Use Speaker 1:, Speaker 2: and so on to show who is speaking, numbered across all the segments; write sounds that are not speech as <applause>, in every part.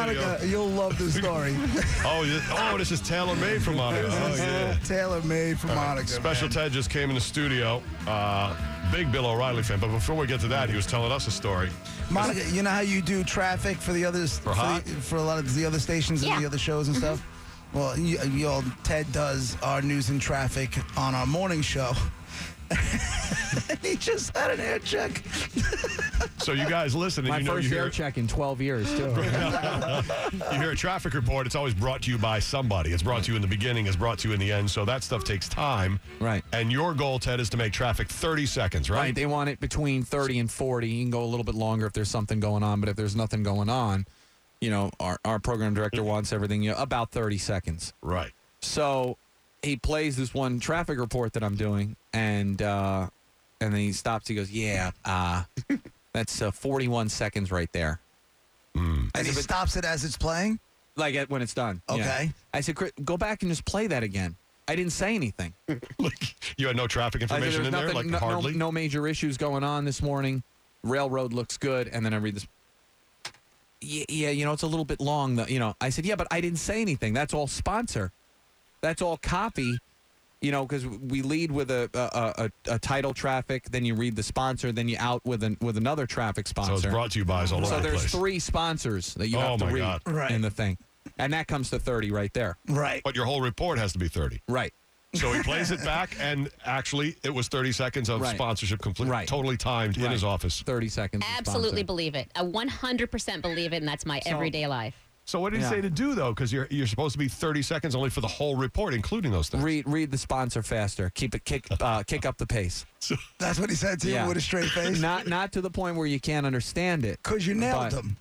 Speaker 1: Monica, you'll love this story.
Speaker 2: Oh, you- oh, this is tailor made for Monica. Oh, yeah.
Speaker 1: Tailor made uh, for Monica.
Speaker 2: Special Ted just came in the studio. Uh, big Bill O'Reilly fan. But before we get to that, he was telling us a story.
Speaker 1: Monica, you know how you do traffic for the others for,
Speaker 2: hot?
Speaker 1: the, for a lot of the other stations and
Speaker 3: Yeah.
Speaker 1: the other shows and stuff. Well, you, you all, Ted does our news and traffic on our morning show. <laughs> and he just had an air check.
Speaker 2: So you guys listen and
Speaker 4: My
Speaker 2: you know
Speaker 4: first
Speaker 2: you hear
Speaker 4: air check in 12 years, too.
Speaker 2: <laughs> you hear a traffic report. It's always brought to you by somebody. It's brought to you in the beginning. It's brought to you in the end. So that stuff takes time.
Speaker 4: Right.
Speaker 2: And your goal, Ted, is to make traffic 30 seconds, right?
Speaker 4: right? They want it between 30 and 40. You can go a little bit longer if there's something going on, but if there's nothing going on, you know, our, our program director wants everything you know, about 30 seconds.
Speaker 2: Right.
Speaker 4: So he plays this one traffic report that I'm doing, and uh, and then he stops. He goes, "Yeah, uh, that's uh, 41 seconds right there."
Speaker 1: Mm. And he
Speaker 4: if it-
Speaker 1: stops it as it's playing.
Speaker 4: Like at, when it's done. yeah.
Speaker 1: Okay.
Speaker 4: I said, "Chris, "Go back and just play that again." I didn't say anything.
Speaker 2: <laughs> Like you had no traffic
Speaker 4: I said,
Speaker 2: information
Speaker 4: "There's
Speaker 2: in there, like
Speaker 4: no, no-
Speaker 2: hardly.
Speaker 4: no major issues going on this morning. Railroad looks good, and then I read this. Yeah, yeah, you know it's a little bit long. Though, you know, I said, yeah, but I didn't say anything. That's all sponsor. That's all copy. You know, because we lead with a a, a a title traffic, then you read the sponsor, then you out with an with another traffic
Speaker 2: So
Speaker 4: sponsor.
Speaker 2: it's brought to you by us all
Speaker 4: So
Speaker 2: over the
Speaker 4: there's
Speaker 2: place.
Speaker 4: three sponsors that you
Speaker 2: Oh,
Speaker 4: have to
Speaker 2: my
Speaker 4: read
Speaker 2: God.
Speaker 1: Right.
Speaker 4: in the thing, and that comes to thirty right there.
Speaker 1: Right.
Speaker 2: But your whole report has to be 30.
Speaker 4: Right.
Speaker 2: So he plays it back, and actually, it was 30 seconds of
Speaker 4: Right.
Speaker 2: sponsorship complete,
Speaker 4: Right.
Speaker 2: totally timed in
Speaker 4: Right.
Speaker 2: his office.
Speaker 4: Thirty seconds. of
Speaker 3: Absolutely
Speaker 4: sponsor.
Speaker 3: believe it. I 100% believe it, and that's my everyday life.
Speaker 2: So what did he
Speaker 4: Yeah.
Speaker 2: say to do though? Because you're you're supposed to be 30 seconds only for the whole report, including those things.
Speaker 4: Read read the sponsor faster. Keep it kick uh, kick up the pace.
Speaker 1: That's what he said to
Speaker 4: Yeah.
Speaker 1: you with a
Speaker 4: <clears throat>
Speaker 1: straight face.
Speaker 4: <laughs> Not not to the point where you can't understand it.
Speaker 1: Because you nailed
Speaker 4: But,
Speaker 1: him.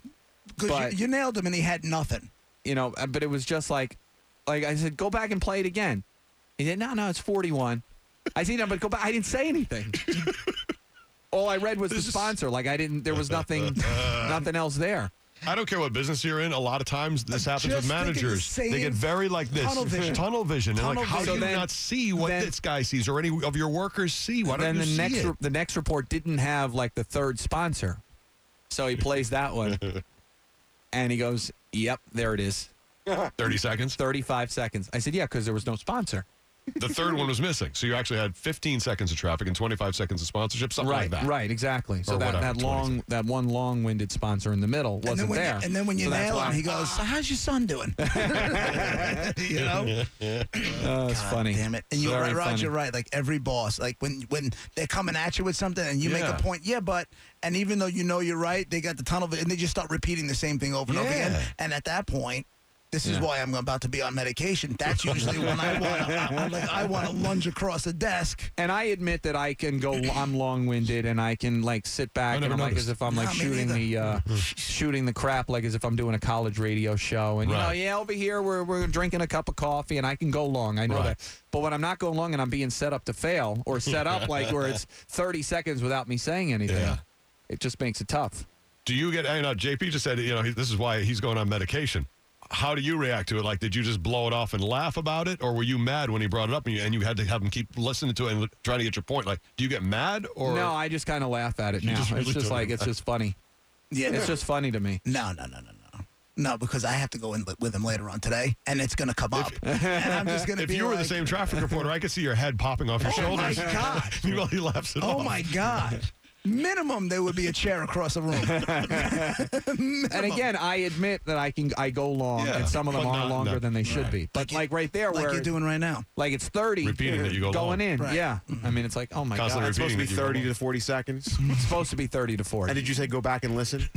Speaker 1: Because
Speaker 4: but-
Speaker 1: you, you nailed him and he had nothing.
Speaker 4: You know, uh, but it was just like like I said, go back and play it again. He said, No, no, it's forty one. I said, No, but go back I didn't say anything.
Speaker 1: <laughs>
Speaker 4: All I read was the sponsor. Like I didn't there was nothing
Speaker 1: <laughs>
Speaker 4: nothing else there.
Speaker 2: I don't care what business you're in. A lot of times this happens
Speaker 1: just
Speaker 2: with
Speaker 1: thinking the
Speaker 2: managers. They
Speaker 1: same
Speaker 2: get very like this
Speaker 1: tunnel vision.
Speaker 2: Tunnel vision. They're
Speaker 1: Tunnel
Speaker 2: like, how
Speaker 1: vision.
Speaker 2: do you
Speaker 4: So then-
Speaker 2: not see what
Speaker 4: then-
Speaker 2: this guy sees or any of your workers see? Why don't
Speaker 4: then
Speaker 2: you
Speaker 4: the
Speaker 2: see
Speaker 4: next
Speaker 2: it?
Speaker 4: re- <laughs> the next report didn't have like the third sponsor, so he plays that
Speaker 1: <laughs>
Speaker 4: one, and he goes, "Yep, there it is,
Speaker 2: 30 seconds.
Speaker 4: thirty five seconds." I said, "Yeah, because there was no sponsor."
Speaker 2: The third one was missing. So you actually had 15 seconds of traffic and 25 seconds of sponsorship, something
Speaker 4: right,
Speaker 2: like that.
Speaker 4: Right, exactly. So
Speaker 2: Or
Speaker 4: that,
Speaker 2: whatever,
Speaker 4: that long, that one long-winded sponsor in the middle
Speaker 1: and then
Speaker 4: wasn't
Speaker 1: when
Speaker 4: there.
Speaker 1: You, and then when you
Speaker 4: So that's
Speaker 1: nail
Speaker 4: why-
Speaker 1: him, he goes, so how's your son
Speaker 4: <laughs>
Speaker 1: doing? you know?
Speaker 4: oh, it's funny.
Speaker 1: Damn it! And you're
Speaker 4: Very
Speaker 1: right, Rod.
Speaker 4: funny.
Speaker 1: You're right. Like every boss, like when when they're coming at you with something, and you make
Speaker 2: Yeah.
Speaker 1: a point, yeah, but, and even though you know you're right, they got the tunnel, vision, and they just start repeating the same thing over and over
Speaker 2: Yeah.
Speaker 1: again. And at that point, this is
Speaker 4: Yeah.
Speaker 1: why I'm about to be on medication. That's usually when I want, I'm like, I want to lunge across the desk.
Speaker 4: And I admit that I can
Speaker 2: <clears throat>
Speaker 4: go. I'm long-winded, and I can like sit back and
Speaker 2: never Mm-hmm.
Speaker 4: I'm like
Speaker 2: noticed.
Speaker 4: as if I'm like
Speaker 1: No, me
Speaker 4: shooting the uh, shooting the crap, like as if I'm doing a college radio show. And
Speaker 2: Right.
Speaker 4: you know, yeah, over here we're we're drinking a cup of coffee, and I can go long. I know
Speaker 2: Right.
Speaker 4: that. But when I'm not going long, and I'm being set up to fail, or set up like where
Speaker 2: <laughs>
Speaker 4: it's 30 seconds without me saying anything,
Speaker 2: Yeah.
Speaker 4: it just makes it tough.
Speaker 2: Do you get, I know JP just said, you know, he- this is why he's going on medication. How do you react to it? Like, did you just blow it off and laugh about it? Or were you mad when he brought it up and you, and you had to have him keep listening to it and try to get your point? Like, do you get mad or?
Speaker 4: no, I just kind of laugh at it
Speaker 2: You
Speaker 4: now.
Speaker 2: just really
Speaker 4: it's just
Speaker 2: don't
Speaker 4: like it's just funny.
Speaker 1: Yeah,
Speaker 4: It's just funny to me.
Speaker 1: No, no, no, no, no. No, because I have to go in li- with him later on today, and it's going to come up. and I'm just
Speaker 4: <laughs>
Speaker 1: going to
Speaker 2: If
Speaker 1: be
Speaker 2: you were
Speaker 1: like, <laughs>
Speaker 2: the same traffic reporter, I could see your head popping off your
Speaker 1: Oh my
Speaker 2: shoulders.
Speaker 1: God.
Speaker 2: Meanwhile, <laughs> he laughs it
Speaker 1: Oh
Speaker 4: <laughs>
Speaker 2: off.
Speaker 1: my God. Minimum, there would be a chair across the room.
Speaker 4: And again, I admit that I can I go long,
Speaker 2: Yeah,
Speaker 4: and some of them
Speaker 2: but
Speaker 4: are
Speaker 2: not
Speaker 4: longer
Speaker 2: enough.
Speaker 4: than they should be. <laughs> But like right there,
Speaker 1: like
Speaker 4: where
Speaker 1: you're doing right now.
Speaker 4: like it's thirty,
Speaker 2: Repeating that you go
Speaker 4: going
Speaker 2: long.
Speaker 4: in.
Speaker 1: Right. Mm-hmm.
Speaker 4: Yeah, I mean it's like oh my
Speaker 2: Constantly
Speaker 4: god,
Speaker 5: It's supposed to be
Speaker 2: Repeating that you
Speaker 5: 30
Speaker 2: go-
Speaker 5: to 40 seconds.
Speaker 4: it's supposed to be thirty to forty.
Speaker 5: And did you say go back and listen?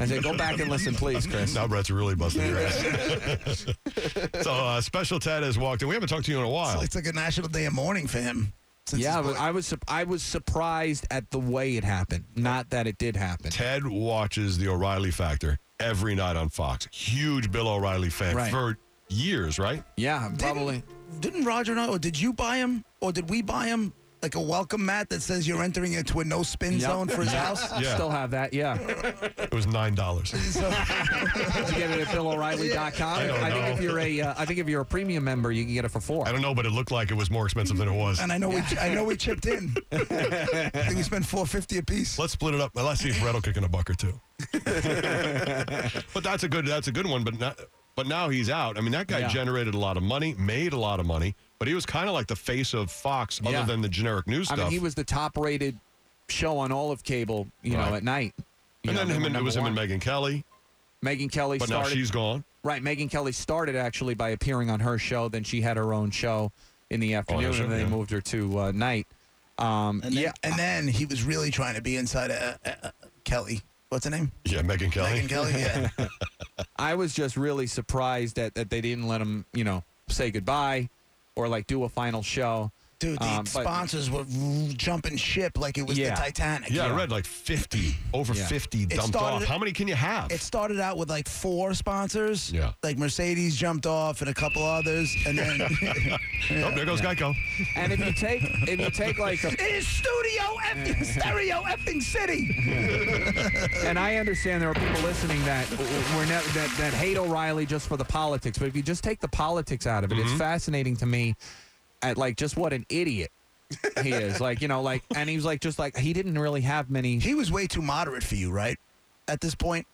Speaker 4: I said go back and listen,
Speaker 2: <laughs>
Speaker 4: please, Chris.
Speaker 2: Now Brett's really busting your ass.
Speaker 1: <laughs>
Speaker 2: so, uh, Special Ted has walked in. We haven't talked to you in a while.
Speaker 1: It's like a national day of mourning for him. Since
Speaker 4: yeah,
Speaker 1: his
Speaker 4: but
Speaker 1: boy-
Speaker 4: I was sup- I was surprised at the way it happened, not that it did happen.
Speaker 2: Ted watches The O'Reilly Factor every night on Fox. Huge Bill O'Reilly fan
Speaker 4: Right.
Speaker 2: for years, right?
Speaker 4: Yeah, probably.
Speaker 1: didn't Roger know, or did you buy him, or did we buy him like a welcome mat that says you're entering into a no spin
Speaker 4: Yep.
Speaker 1: zone for his
Speaker 4: Yeah.
Speaker 1: house.
Speaker 2: Yeah.
Speaker 4: Still have that, yeah.
Speaker 2: It was nine dollars.
Speaker 1: So,
Speaker 4: Did you
Speaker 1: <laughs>
Speaker 4: get it at BillO'Reilly.com?
Speaker 2: I don't
Speaker 4: think
Speaker 2: know.
Speaker 4: if you're a, uh, I think if you're a premium member, you can get it for four.
Speaker 2: I don't know, but it looked like it was more expensive than it was.
Speaker 1: and I know we I know we chipped in. I think we spent four fifty a piece.
Speaker 2: Let's split it up. Let's see if Red will kick in a buck
Speaker 4: <laughs>
Speaker 2: or two. but that's a good that's a good one. But not, but now he's out. I mean, that guy
Speaker 4: Yeah.
Speaker 2: generated a lot of money, made a lot of money, but he was kind of like the face of Fox, other
Speaker 4: Yeah.
Speaker 2: than the generic news
Speaker 4: I
Speaker 2: stuff.
Speaker 4: mean, he was the top-rated show on all of cable, you
Speaker 2: Right.
Speaker 4: know, at night. You
Speaker 2: and
Speaker 4: know,
Speaker 2: then
Speaker 4: they
Speaker 2: him
Speaker 4: were
Speaker 2: and it
Speaker 4: number
Speaker 2: was him and
Speaker 4: one.
Speaker 2: Megan Kelly.
Speaker 4: Megan Kelly
Speaker 2: But now
Speaker 4: started.
Speaker 2: she's gone.
Speaker 4: Right, Megan Kelly started actually by appearing on her show. Then she had her own show in the afternoon,
Speaker 2: show,
Speaker 4: and then
Speaker 2: Oh, yeah.
Speaker 4: they moved her to uh, night. Um,
Speaker 1: And then,
Speaker 4: yeah,
Speaker 1: and then he was really trying to be inside uh, uh, uh, Kelly. What's her name?
Speaker 2: Yeah, Megan Kelly.
Speaker 1: Megan Kelly.
Speaker 4: <laughs>
Speaker 1: Yeah.
Speaker 4: I was just really surprised that, that they didn't let him, you know, say goodbye or like do a final show.
Speaker 1: Dude, the
Speaker 4: Um, but-
Speaker 1: sponsors were jumping ship like it was the
Speaker 4: Yeah.
Speaker 1: Titanic.
Speaker 2: Yeah, I read like 50, over
Speaker 4: Yeah.
Speaker 2: 50 dumped
Speaker 1: started-
Speaker 2: off. How many can you have?
Speaker 1: It started out with like four sponsors.
Speaker 2: Yeah.
Speaker 1: Like Mercedes jumped off and a couple others. And then
Speaker 2: <laughs>
Speaker 1: <laughs>
Speaker 2: Oh, there
Speaker 4: <laughs>
Speaker 2: goes Geico.
Speaker 4: And if you take if you take
Speaker 1: <laughs>
Speaker 4: like the,
Speaker 1: it is studio
Speaker 2: <laughs>
Speaker 1: effing stereo effing city.
Speaker 4: and I understand there are people listening that we're not, that that hate O'Reilly just for the politics, but if you just take the politics out of it,
Speaker 2: Mm-hmm.
Speaker 4: it's fascinating to me at like just what an idiot he
Speaker 2: <laughs>
Speaker 4: is. Like, you know, like and he was like just like he didn't really have many
Speaker 1: He was way too moderate for you, right? At this point,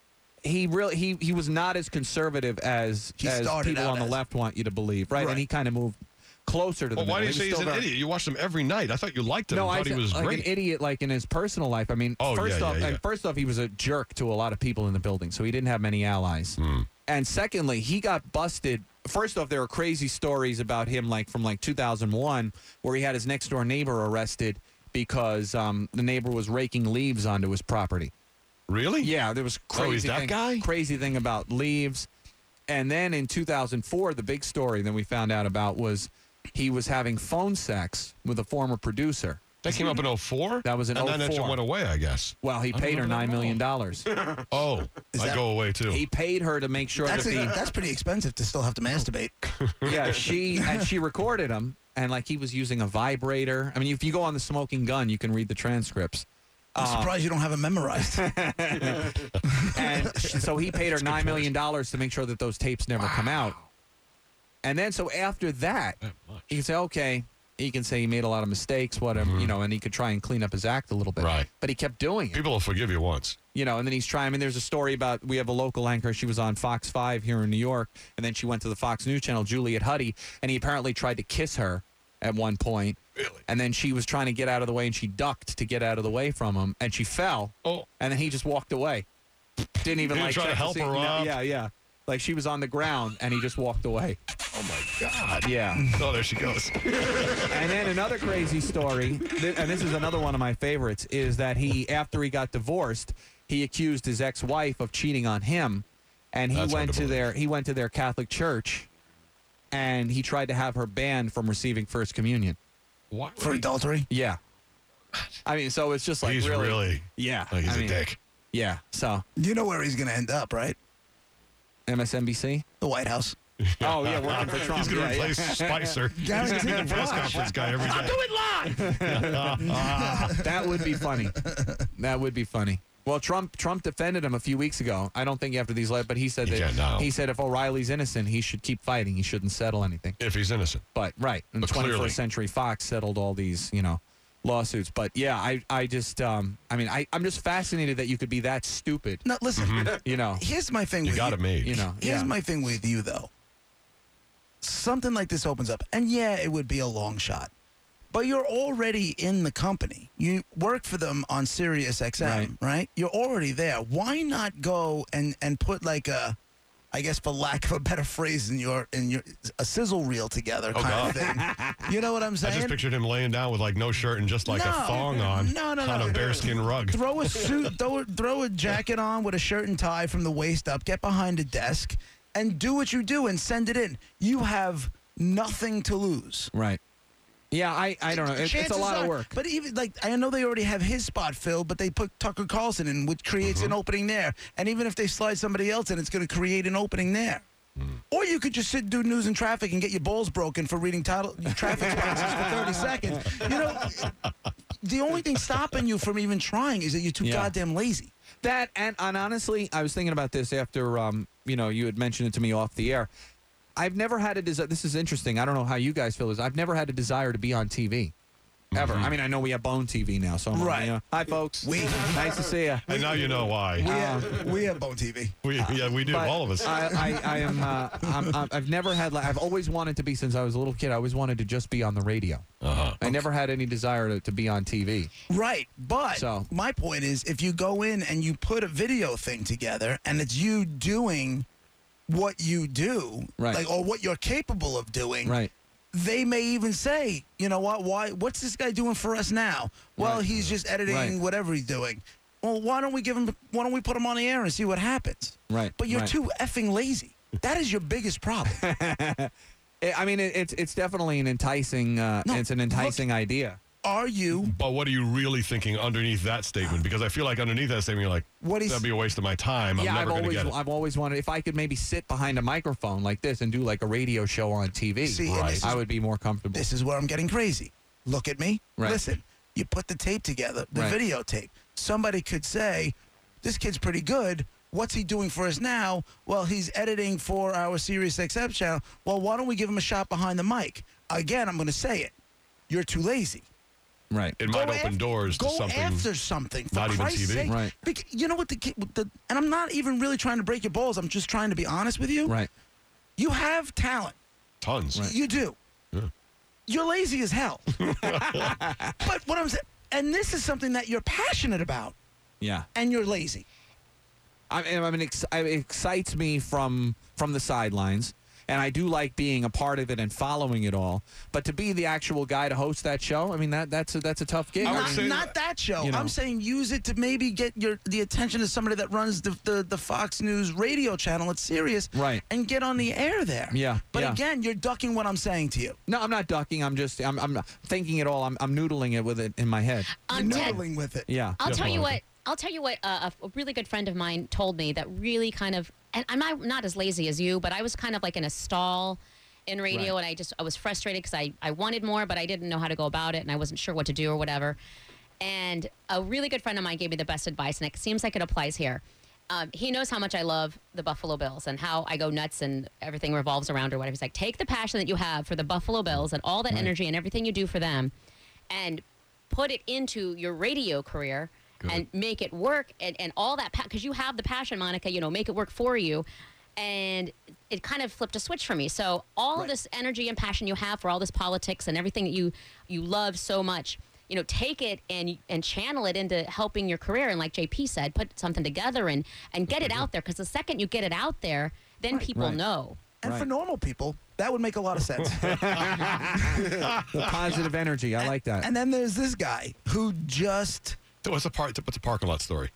Speaker 4: he really he he was not as conservative as
Speaker 1: He
Speaker 4: as
Speaker 1: started
Speaker 4: people
Speaker 1: out
Speaker 4: on the
Speaker 1: as-
Speaker 4: left want you to believe, right?
Speaker 1: Right.
Speaker 4: And he kind of moved closer to the.
Speaker 2: Well, why do
Speaker 4: middle.
Speaker 2: you
Speaker 4: He
Speaker 2: say
Speaker 4: was
Speaker 2: he's an
Speaker 4: still very-
Speaker 2: idiot? You watched him every night. I thought you liked him.
Speaker 4: No,
Speaker 2: I
Speaker 4: I
Speaker 2: thought he
Speaker 4: said,
Speaker 2: was
Speaker 4: like
Speaker 2: great.
Speaker 4: an idiot, like in his personal life. I mean,
Speaker 2: Oh,
Speaker 4: first
Speaker 2: yeah,
Speaker 4: off,
Speaker 2: yeah, yeah.
Speaker 4: and first off, he was a jerk to a lot of people in the building, so he didn't have many allies.
Speaker 2: Hmm.
Speaker 4: And secondly, he got busted. First off, there are crazy stories about him, like from like 2001, where he had his next door neighbor arrested because um, the neighbor was raking leaves onto his property.
Speaker 2: Really?
Speaker 4: Yeah, there was
Speaker 2: Oh, he's
Speaker 4: crazy
Speaker 2: that
Speaker 4: thing,
Speaker 2: guy?
Speaker 4: crazy thing about leaves. And then in 2004, the big story that we found out about was he was having phone sex with a former producer.
Speaker 2: That came up in 04?
Speaker 4: That was in
Speaker 2: And then that just
Speaker 4: 04.
Speaker 2: went away,
Speaker 4: <laughs>
Speaker 2: I guess.
Speaker 4: Well, he
Speaker 2: I don't
Speaker 4: paid her
Speaker 2: know
Speaker 4: nine
Speaker 2: that
Speaker 4: million
Speaker 2: <laughs>
Speaker 4: dollars.
Speaker 2: Oh, I
Speaker 1: that-
Speaker 2: go away too.
Speaker 4: he paid her to make sure
Speaker 1: that's
Speaker 4: that the
Speaker 1: that's pretty expensive to still have to masturbate.
Speaker 4: yeah she and she recorded him and like he was using a vibrator. I mean, if you go on the Smoking Gun, you can read the transcripts.
Speaker 1: I'm surprised you don't have it memorized.
Speaker 4: and sh- so he paid her nine million dollars to make sure that those tapes never come out. And then so after that, he can say, okay, he can say he made a lot of mistakes, whatever, you know, and he could try and clean up his act a little bit.
Speaker 2: Mm-hmm. Right.
Speaker 4: But he kept doing it,
Speaker 2: People will forgive you once.
Speaker 4: you know. And then he's trying. I mean, there's a story about we have a local anchor. She was on Fox Five here in New York, and then she went to the Fox News Channel, Juliet Huddy, and he apparently tried to kiss her at one point.
Speaker 2: Really?
Speaker 4: And then she was trying to get out of the way, and she ducked to get out of the way from him, and she fell.
Speaker 2: Oh.
Speaker 4: And then he just walked away. Didn't even
Speaker 2: He didn't
Speaker 4: like
Speaker 2: try to
Speaker 4: check
Speaker 2: help
Speaker 4: see-
Speaker 2: her
Speaker 4: no,
Speaker 2: up.
Speaker 4: Yeah, yeah. Like she was on the ground, and he just walked away.
Speaker 2: God.
Speaker 4: Yeah.
Speaker 2: Oh, there she goes.
Speaker 4: and then another crazy story, th- and this is another one of my favorites, is that he after he got divorced, he accused his ex-wife of cheating on him, and he
Speaker 2: That's hard
Speaker 4: went
Speaker 2: to
Speaker 4: to their he went to their Catholic church, and he tried to have her banned from receiving first communion.
Speaker 2: Why
Speaker 1: for adultery.
Speaker 4: Yeah. I mean, so it's just like
Speaker 2: he's really,
Speaker 4: yeah.
Speaker 2: like he's
Speaker 4: I
Speaker 2: a
Speaker 4: mean,
Speaker 2: dick.
Speaker 4: Yeah. So
Speaker 1: You know where he's going to end up, right?
Speaker 2: <laughs>
Speaker 4: MSNBC.
Speaker 1: The White House.
Speaker 4: Oh yeah, working for Trump.
Speaker 2: He's going
Speaker 4: Yeah,
Speaker 2: to
Speaker 4: yeah. <laughs>
Speaker 2: replace Spicer. he's going to be the press conference guy every day.
Speaker 4: That would be funny. That would be funny. Well, Trump Trump defended him a few weeks ago. I don't think after these, le- but he said
Speaker 2: You
Speaker 4: that
Speaker 2: can't now.
Speaker 4: he said if O'Reilly's innocent, he should keep fighting. He shouldn't settle anything.
Speaker 2: If he's innocent.
Speaker 4: But right, and
Speaker 2: But
Speaker 4: 21st
Speaker 2: clearly.
Speaker 4: Century Fox settled all these, you know, lawsuits. But yeah, I I just um I mean I I'm just fascinated that you could be that stupid.
Speaker 1: No, listen.
Speaker 4: <laughs> You know.
Speaker 1: Here's my thing
Speaker 2: You
Speaker 1: with
Speaker 2: got it made.
Speaker 4: You know.
Speaker 1: Here's
Speaker 4: yeah.
Speaker 1: my thing with you though. Something like this opens up, and yeah, it would be a long shot, but you're already in the company. You work for them on Sirius XM, right.
Speaker 4: Right.
Speaker 1: You're already there. Why not go and and put like a, I guess for lack of a better phrase, in your in your a sizzle reel together
Speaker 2: Oh,
Speaker 1: kind of thing. You know
Speaker 4: <laughs>
Speaker 1: what I'm
Speaker 2: I
Speaker 1: saying?
Speaker 2: just pictured him laying down with like no shirt and just like a
Speaker 1: No.
Speaker 2: thong on
Speaker 1: No, no,
Speaker 2: on
Speaker 1: no.
Speaker 2: a bearskin rug.
Speaker 1: throw a suit, throw, a- throw a jacket on with a shirt and tie from the waist up, get behind a desk, and do what you do and send it in. You have nothing to lose.
Speaker 4: Right. Yeah, I I don't know. It, it's a
Speaker 1: Chances
Speaker 4: lot
Speaker 1: are-
Speaker 4: of work.
Speaker 1: But even like I know they already have his spot filled, but they put Tucker Carlson in, which creates an opening there. And even if they slide somebody else in, it's going to create an opening there. Or you could just sit and do news and traffic and get your balls broken for reading title traffic sponsors for 30 seconds. You know, the only thing stopping you from even trying is that you're too
Speaker 4: Yeah.
Speaker 1: goddamn lazy.
Speaker 4: That and, and honestly, I was thinking about this after um, you know you had mentioned it to me off the air. I've never had a desire. This is interesting. I don't know how you guys feel. This I've never had a desire to be on TV, ever. I mean, I know we have Bone TV now, so I'm on,
Speaker 1: Mm-hmm. Right.
Speaker 4: you know. hi, folks.
Speaker 1: We-
Speaker 4: nice to see you.
Speaker 2: And now you know why.
Speaker 1: We, have, Uh, we have Bone TV.
Speaker 2: We, yeah, we do.
Speaker 4: But
Speaker 2: All of us.
Speaker 4: I, I, I am. Uh, I'm, I'm, I've never had. Like, I've always wanted to be since I was a little kid. I always wanted to just be on the radio.
Speaker 2: Uh-huh.
Speaker 4: I never had any desire to, to be on TV.
Speaker 1: Right. But
Speaker 4: So-
Speaker 1: my point is if you go in and you put a video thing together and it's you doing what you do,
Speaker 4: Right.
Speaker 1: like or what you're capable of doing,
Speaker 4: Right.
Speaker 1: they may even say, you know what, why what's this guy doing for us now? Well,
Speaker 4: Right.
Speaker 1: he's just editing
Speaker 4: Right.
Speaker 1: whatever he's doing. Well, why don't we give him why don't we put him on the air and see what happens?
Speaker 4: Right,
Speaker 1: But you're
Speaker 4: right.
Speaker 1: too effing lazy. That is your biggest problem.
Speaker 4: <laughs> I I mean, it, it's it's definitely an enticing. Uh,
Speaker 1: No,
Speaker 4: it's an
Speaker 1: look-
Speaker 4: enticing idea.
Speaker 1: Are you
Speaker 2: But what are you really thinking underneath that statement? Because I feel like underneath that statement, you're like,
Speaker 1: What is-
Speaker 2: that'd be a waste of my time. I'm
Speaker 4: yeah, I've
Speaker 2: never going to
Speaker 4: always
Speaker 2: get it.
Speaker 4: I've always wanted if I could maybe sit behind a microphone like this and do like a radio show on TV,
Speaker 1: See, and this is-
Speaker 4: I would be more comfortable.
Speaker 1: this is where I'm getting crazy. Look at me.
Speaker 4: Right.
Speaker 1: Listen, you put the tape together, the
Speaker 4: Right.
Speaker 1: videotape. Somebody could say, this kid's pretty good. What's he doing for us now? Well, he's editing for our Sirius XM channel. Well, why don't we give him a shot behind the mic? Again, I'm going to say it. You're too lazy.
Speaker 4: right.
Speaker 2: It might
Speaker 1: Go
Speaker 2: open
Speaker 1: af-
Speaker 2: doors to
Speaker 1: go
Speaker 2: something.
Speaker 1: after something. For
Speaker 2: not even
Speaker 1: Christ's
Speaker 2: TV.
Speaker 1: sake.
Speaker 4: Right.
Speaker 1: Bec- you know what? The, ki- the and I'm not even really trying to break your balls. I'm just trying to be honest with you.
Speaker 4: Right.
Speaker 1: You have talent.
Speaker 2: Tons.
Speaker 1: You do. You're lazy as
Speaker 4: <laughs>
Speaker 1: hell. but what I'm saying, and this is something that you're passionate about,
Speaker 4: Yeah.
Speaker 1: and you're lazy.
Speaker 4: I mean, I mean ex- I- it excites me from from the sidelines. And I do like being a part of it and following it all, but to be the actual guy to host that show, I mean that that's a, that's a tough gig.
Speaker 2: I would
Speaker 1: Not,
Speaker 4: mean,
Speaker 2: say-
Speaker 1: not that show.
Speaker 4: you know.
Speaker 1: I'm saying use it to maybe get your the attention of somebody that runs the, the, the Fox News radio channel at Sirius,
Speaker 4: Right.
Speaker 1: And get on the air there.
Speaker 4: Yeah,
Speaker 1: But
Speaker 4: yeah.
Speaker 1: again, you're ducking what I'm saying to you.
Speaker 4: no, I'm not ducking. I'm just I'm, I'm thinking it all. I'm, I'm noodling it with it in my head.
Speaker 3: Um,
Speaker 1: you're
Speaker 3: Ted,
Speaker 1: noodling with it.
Speaker 4: Yeah.
Speaker 3: I'll tell you
Speaker 2: Definitely.
Speaker 3: what. I'll tell you what. Uh, a a really good friend of mine told me that really kind of, and I'm not, not as lazy as you, but I was kind of like in a stall in radio,
Speaker 4: Right.
Speaker 3: and I just I was frustrated because I I wanted more, but I didn't know how to go about it, and I wasn't sure what to do or whatever. And a really good friend of mine gave me the best advice, and it seems like it applies here. Um, he knows how much I love the Buffalo Bills and how I go nuts and everything revolves around or whatever. He's like, take the passion that you have for the Buffalo Bills and all that energy and everything you do for them, and put it into your radio career and make it work and, and all that because you have the passion monica you know make it work for you and it kind of flipped a switch for me so all of this energy and passion you have for all this politics and everything that you you love so much you know take it and and channel it into helping your career and like jp said put something together and and get it out there because the second you get it out there then people
Speaker 4: Right.
Speaker 3: know
Speaker 1: And for
Speaker 4: Right.
Speaker 1: normal people, that would make a lot of
Speaker 4: <laughs>
Speaker 1: sense.
Speaker 4: The positive energy, I like that.
Speaker 1: and then there's this guy who just
Speaker 2: So What's the, par- what's the parking lot story?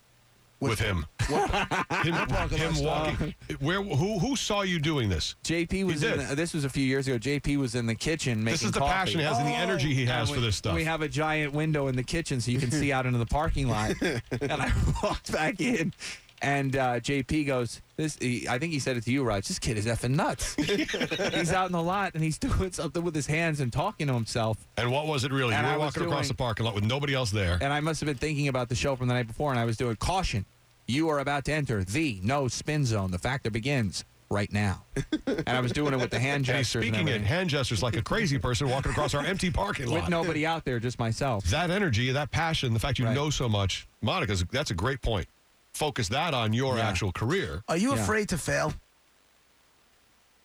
Speaker 4: <laughs>
Speaker 2: With, him. him him walking. Where, who, who saw you doing this?
Speaker 4: JP was in
Speaker 2: did.
Speaker 4: the, this was a few years ago. JP was in the kitchen making
Speaker 2: This is the
Speaker 4: coffee.
Speaker 2: passion he has and the energy he has
Speaker 4: Oh, And
Speaker 2: for
Speaker 4: we-
Speaker 2: this stuff.
Speaker 4: We have a giant window in the kitchen so you can see out into the parking lot. and I walked back in, and uh, JP goes, "This." He, I think he said it to you, Raj. This kid is effing nuts. he's out in the lot and he's doing something with his hands and talking to himself.
Speaker 2: and what was it really?
Speaker 4: And
Speaker 2: you
Speaker 4: I
Speaker 2: were
Speaker 4: was
Speaker 2: walking across
Speaker 4: doing-
Speaker 2: the parking lot with nobody else there.
Speaker 4: And I must have been thinking about the show from the night before, and I was doing caution. You are about to enter the no spin zone. The factor begins right now. and I was doing it with the hand
Speaker 2: And he's
Speaker 4: gestures. and
Speaker 2: speaking in
Speaker 4: everything.
Speaker 2: hand gestures like a crazy person walking across our empty parking lot.
Speaker 4: with nobody out there, just myself.
Speaker 2: that energy, that passion, the fact you
Speaker 4: Right.
Speaker 2: know so much, Monica's that's a great point. Focus that on your
Speaker 4: Yeah. Uh,
Speaker 2: actual career.
Speaker 1: are you
Speaker 4: Yeah.
Speaker 1: afraid to fail?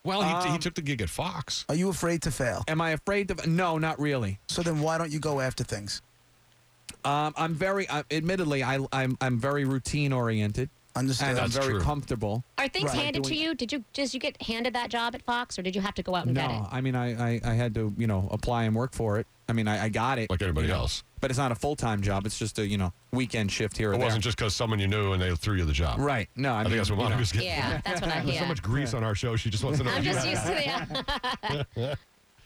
Speaker 2: Well, Oh, he, he took the gig at Fox.
Speaker 1: Are you afraid to fail?
Speaker 4: Um, Am I afraid of? No, not really.
Speaker 1: So then why don't you go after things?
Speaker 4: Um, I'm very, uh, admittedly, I, I'm I'm very routine oriented,
Speaker 1: Understood.
Speaker 4: and I'm
Speaker 2: That's
Speaker 4: very
Speaker 2: true.
Speaker 4: comfortable.
Speaker 3: are things
Speaker 1: Right.
Speaker 3: handed to
Speaker 4: Doing-
Speaker 3: you did you just you get handed that job at fox or did you have to go out and get it
Speaker 4: <laughs> No, I mean, I, I I had to you know apply and work for it. I mean, I, I got it
Speaker 2: Like everybody
Speaker 4: you know,
Speaker 2: else.
Speaker 4: but it's not a full time job. It's just a you know weekend shift here or
Speaker 2: It
Speaker 4: there.
Speaker 2: wasn't just because someone you knew and they threw you the job.
Speaker 4: right. No, I,
Speaker 2: I,
Speaker 4: mean,
Speaker 2: think that's what
Speaker 4: you know,
Speaker 2: Monica's getting.
Speaker 3: yeah that's what i
Speaker 2: There's
Speaker 3: yeah.
Speaker 2: so much grease on our show. She just wants to know.
Speaker 3: i'm
Speaker 2: what
Speaker 3: just
Speaker 2: you-
Speaker 3: used to the
Speaker 2: <laughs>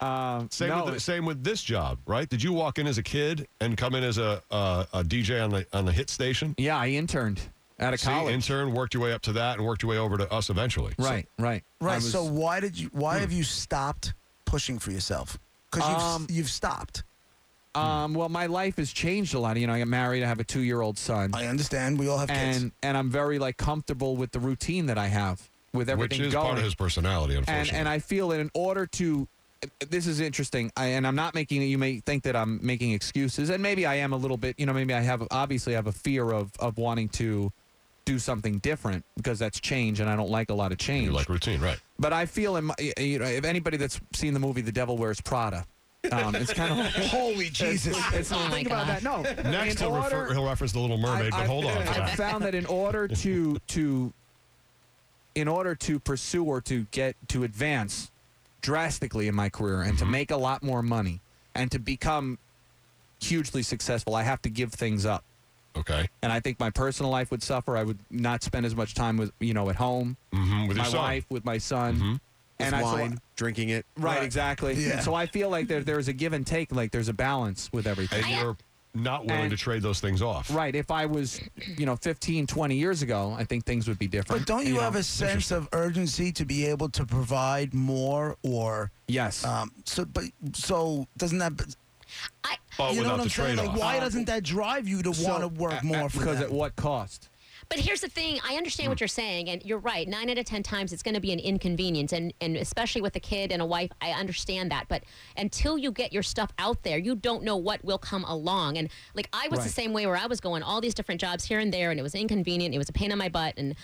Speaker 4: um,
Speaker 2: Same,
Speaker 4: no,
Speaker 2: with the,
Speaker 4: it-
Speaker 2: same with this job, right? Did you walk in as a kid and come in as a uh, a DJ on the on the hit station?
Speaker 4: yeah, I interned. out of
Speaker 2: See,
Speaker 4: college.
Speaker 2: intern, worked your way up to that, and worked your way over to us eventually. So-
Speaker 4: right, right, I
Speaker 1: Right.
Speaker 4: was- Hmm.
Speaker 1: so why did you? Why have you stopped pushing for yourself? Because you've
Speaker 4: Um,
Speaker 1: you've stopped.
Speaker 4: um, well, my life has changed a lot. You know, I got married. I have a two-year-old son,
Speaker 1: I understand. We all have kids.
Speaker 4: and and I'm very like comfortable with the routine that I have with
Speaker 2: which
Speaker 4: everything
Speaker 2: is
Speaker 4: going.
Speaker 2: part of his personality,
Speaker 4: and
Speaker 2: unfortunately.
Speaker 4: and I feel that in order to this is interesting I, and I'm not making you may think that I'm making excuses and maybe I am a little bit you know maybe I have obviously I have a fear of of wanting to do something different because that's change and I don't like a lot of change
Speaker 2: you like routine, right?
Speaker 4: but I feel in my, you know if anybody that's seen the movie The Devil Wears Prada um, it's
Speaker 2: <laughs>
Speaker 4: kind of like
Speaker 1: Holy Jesus!
Speaker 4: it's, ah.
Speaker 3: Oh my
Speaker 4: think about
Speaker 3: God.
Speaker 4: that no
Speaker 2: Next,
Speaker 4: in
Speaker 2: he'll,
Speaker 4: order,
Speaker 2: refer, he'll reference the Little Mermaid,
Speaker 4: I-
Speaker 2: but hold
Speaker 4: I've-
Speaker 2: on to
Speaker 4: I've
Speaker 2: that.
Speaker 4: found that in order to to in order to pursue or to get to advance drastically in my career and to
Speaker 2: Mm-hmm.
Speaker 4: make a lot more money and to become hugely successful, I have to give things up.
Speaker 2: Okay,
Speaker 4: And I think my personal life would suffer. I would not spend as much time with you know at home,
Speaker 2: hmm with your
Speaker 4: my
Speaker 2: son. Mm-hmm.
Speaker 4: wife, with my son,
Speaker 5: With
Speaker 4: I- so I-
Speaker 5: wine, drinking it.
Speaker 4: right, exactly.
Speaker 1: Yeah.
Speaker 4: So I feel like there there is a give and take. Like there's a balance with everything.
Speaker 2: and you're not willing
Speaker 4: And-
Speaker 2: to trade those things off.
Speaker 4: Right. If I was, you know, 15, 20 years ago, I think things would be different.
Speaker 1: But don't you
Speaker 4: know?
Speaker 1: have a sense of urgency to be able to provide more, or
Speaker 4: Yes.
Speaker 1: um, so? But so doesn't that?
Speaker 3: I,
Speaker 4: Oh,
Speaker 2: But
Speaker 1: you know
Speaker 2: without
Speaker 1: what I'm
Speaker 2: the
Speaker 1: saying?
Speaker 2: trade off.
Speaker 1: Like, why doesn't that drive you to want to work more? for
Speaker 4: Because
Speaker 1: them?
Speaker 4: at what cost?
Speaker 3: But here's the thing. I understand
Speaker 4: Mm.
Speaker 3: what you're saying, and you're right. Nine out of ten times, it's going to be an inconvenience, and and especially with a kid and a wife, I understand that. But until you get your stuff out there, you don't know what will come along. And like I was the
Speaker 4: Right.
Speaker 3: same way, where I was going all these different jobs here and there, and it was inconvenient. It was a pain in my butt, and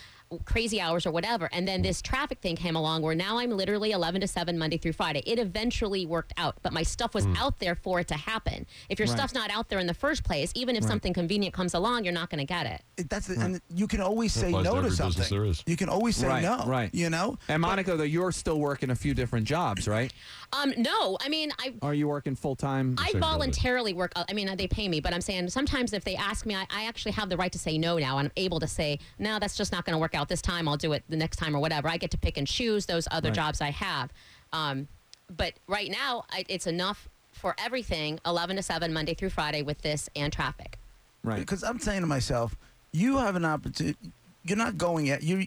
Speaker 3: crazy hours or whatever. And then this traffic thing came along, where now I'm literally 11 to 7 Monday through Friday. It eventually worked out, but my stuff was out there for it to happen. If your
Speaker 4: Mm. Right.
Speaker 3: stuff's not out there in the first place, even if something convenient comes along, you're not going to get it.
Speaker 1: It- that's
Speaker 4: Hmm.
Speaker 1: the, and you can always say
Speaker 2: applies to
Speaker 1: no to
Speaker 2: every business
Speaker 1: something.
Speaker 2: there is.
Speaker 1: You can always say
Speaker 4: Right,
Speaker 1: no.
Speaker 4: right.
Speaker 1: You know.
Speaker 4: And Monica, though, you're still working a few different jobs, right?
Speaker 3: Um, no, I mean, I
Speaker 4: Are you working full time?
Speaker 3: I
Speaker 2: Same building.
Speaker 3: voluntarily work. uh, I mean, they pay me, but I'm saying sometimes if they ask me, I, I actually have the right to say no now. I'm able to say no. That's just not going to work out this time. I'll do it the next time or whatever. I get to pick and choose those other
Speaker 4: Right.
Speaker 3: jobs I have. Um, but right now, I, it's enough for everything. Eleven to seven, Monday through Friday, with this and traffic.
Speaker 4: Right.
Speaker 1: Because I'm saying to myself, you have an opportunity. You're not going at you.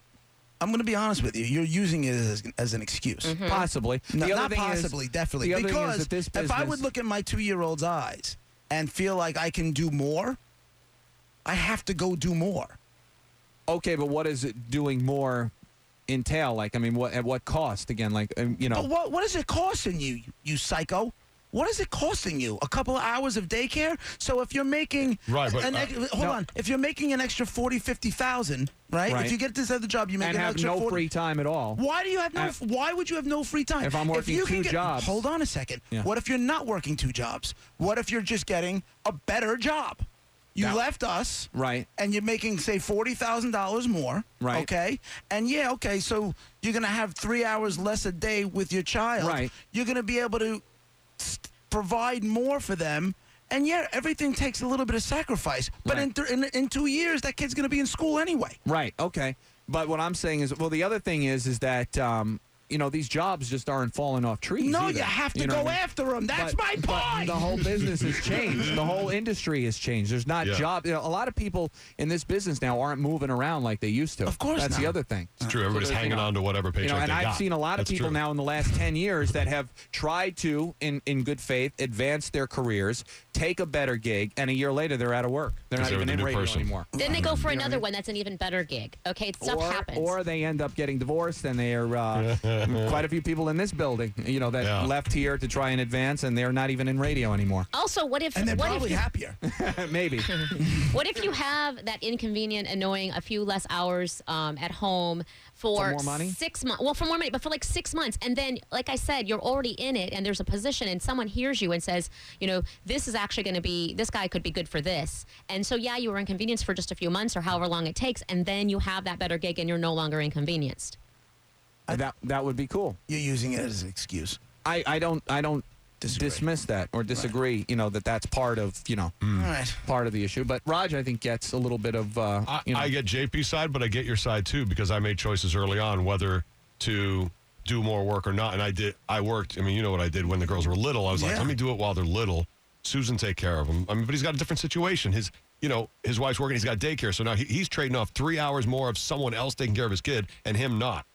Speaker 1: I'm going to be honest with you. You're using it as, as an excuse.
Speaker 4: Possibly.
Speaker 1: No,
Speaker 4: Mm-hmm. The other
Speaker 1: not
Speaker 4: thing is-
Speaker 1: possibly, definitely.
Speaker 4: The other
Speaker 1: because
Speaker 4: thing is that this business,
Speaker 1: if I would look in my two year old's eyes and feel like I can do more, I have to go do more.
Speaker 4: okay, but what is it doing more entail? Like, I mean, what at what cost? Again, like, um, you know,
Speaker 1: But what what is it costing you, you psycho? What is it costing you? A couple of hours of daycare? So if you're making
Speaker 2: Right, but,
Speaker 1: an
Speaker 2: uh,
Speaker 1: ex- hold
Speaker 4: no.
Speaker 1: on, if you're making an extra 40, 50,000, right?
Speaker 4: Right.
Speaker 1: If you get this other job, you make
Speaker 4: and
Speaker 1: an
Speaker 4: have
Speaker 1: extra
Speaker 4: no
Speaker 1: 40
Speaker 4: free time at all.
Speaker 1: Why do you have no?
Speaker 4: I-
Speaker 1: f why would you have no free time?
Speaker 4: If I'm working
Speaker 1: you can
Speaker 4: two
Speaker 1: get-
Speaker 4: jobs-
Speaker 1: hold on a second.
Speaker 4: Yeah.
Speaker 1: What if you're not working two jobs? What if you're just getting a better job? You
Speaker 4: That-
Speaker 1: left us,
Speaker 4: Right.
Speaker 1: And you're making say forty thousand dollars more,
Speaker 4: Right.
Speaker 1: Okay, and yeah, okay. So you're gonna have three hours less a day with your child,
Speaker 4: Right.
Speaker 1: You're gonna be able to st- provide more for them. And yeah, everything takes a little bit of sacrifice, but
Speaker 4: Right.
Speaker 1: in, th- in in two years, that kid's gonna be in school anyway.
Speaker 4: Right. Okay. But what I'm saying is, well, the other thing is, is that um, you know these jobs just aren't falling off trees.
Speaker 1: No,
Speaker 4: either.
Speaker 1: you have to
Speaker 4: know
Speaker 1: go
Speaker 4: what I mean?
Speaker 1: after him. That's
Speaker 4: But-
Speaker 1: my point.
Speaker 4: but the whole
Speaker 1: <laughs>
Speaker 4: business has changed. The whole industry has changed. There's not
Speaker 2: Yeah.
Speaker 4: job. You know, a lot of people in this business now aren't moving around like they used to.
Speaker 1: Of course
Speaker 4: that's the
Speaker 1: not.
Speaker 4: other thing.
Speaker 2: It's true. Everybody's
Speaker 4: So there's, you
Speaker 2: hanging
Speaker 4: know,
Speaker 2: on to whatever paycheck
Speaker 4: You know, and
Speaker 2: they
Speaker 4: I've
Speaker 2: got.
Speaker 4: seen a lot of
Speaker 2: That's
Speaker 4: people
Speaker 2: true.
Speaker 4: now in the last 10 years that have tried to, in, in good faith, advance their careers, take a better gig, and a year later they're out of work. They're not
Speaker 2: Because they're
Speaker 4: even
Speaker 2: the
Speaker 4: in
Speaker 2: new
Speaker 4: radio
Speaker 2: person.
Speaker 4: anymore.
Speaker 3: Then they go for
Speaker 4: You know what I
Speaker 3: another
Speaker 4: mean?
Speaker 3: one that's an even better gig. Okay, stuff
Speaker 4: or,
Speaker 3: happens.
Speaker 4: or they end up getting divorced, and they are
Speaker 2: <laughs>
Speaker 4: uh, quite a few people in this building, you know, that
Speaker 2: Yeah.
Speaker 4: left here to try and advance, and they're not even in radio anymore. <laughs>
Speaker 3: also, what if
Speaker 1: And they're
Speaker 3: what if
Speaker 1: probably
Speaker 3: you,
Speaker 1: happier.
Speaker 3: <laughs>
Speaker 4: Maybe.
Speaker 3: What if you have that inconvenient, annoying, a few less hours um, at home for,
Speaker 4: For more money?
Speaker 3: six months? Well, for more money, but for like six months, and then, like I said, you're already in it, and there's a position, and someone hears you and says, you know, this is actually going to be this guy could be good for this, and so yeah, you were inconvenienced for just a few months or however long it takes, and then you have that better gig, and you're no longer inconvenienced.
Speaker 4: that that would be cool.
Speaker 1: <laughs> You're using it as an excuse.
Speaker 4: I, I don't I don't
Speaker 1: Disagree.
Speaker 4: dismiss that or disagree. You know that that's part of you know
Speaker 2: Mm.
Speaker 1: All right.
Speaker 4: part of the issue. But Raj, I think gets a little bit of uh,
Speaker 2: I,
Speaker 4: you know,
Speaker 2: I get JP's side, but I get your side too because I made choices early on whether to do more work or not. And I did. I worked. I mean, you know what I did when the girls were little. I was like,
Speaker 1: Yeah.
Speaker 2: let me do it while they're little. Susan take care of them. I mean, but he's got a different situation. His you know, his wife's working, he's got daycare. So now he, he's trading off three hours more of someone else taking care of his kid and him not.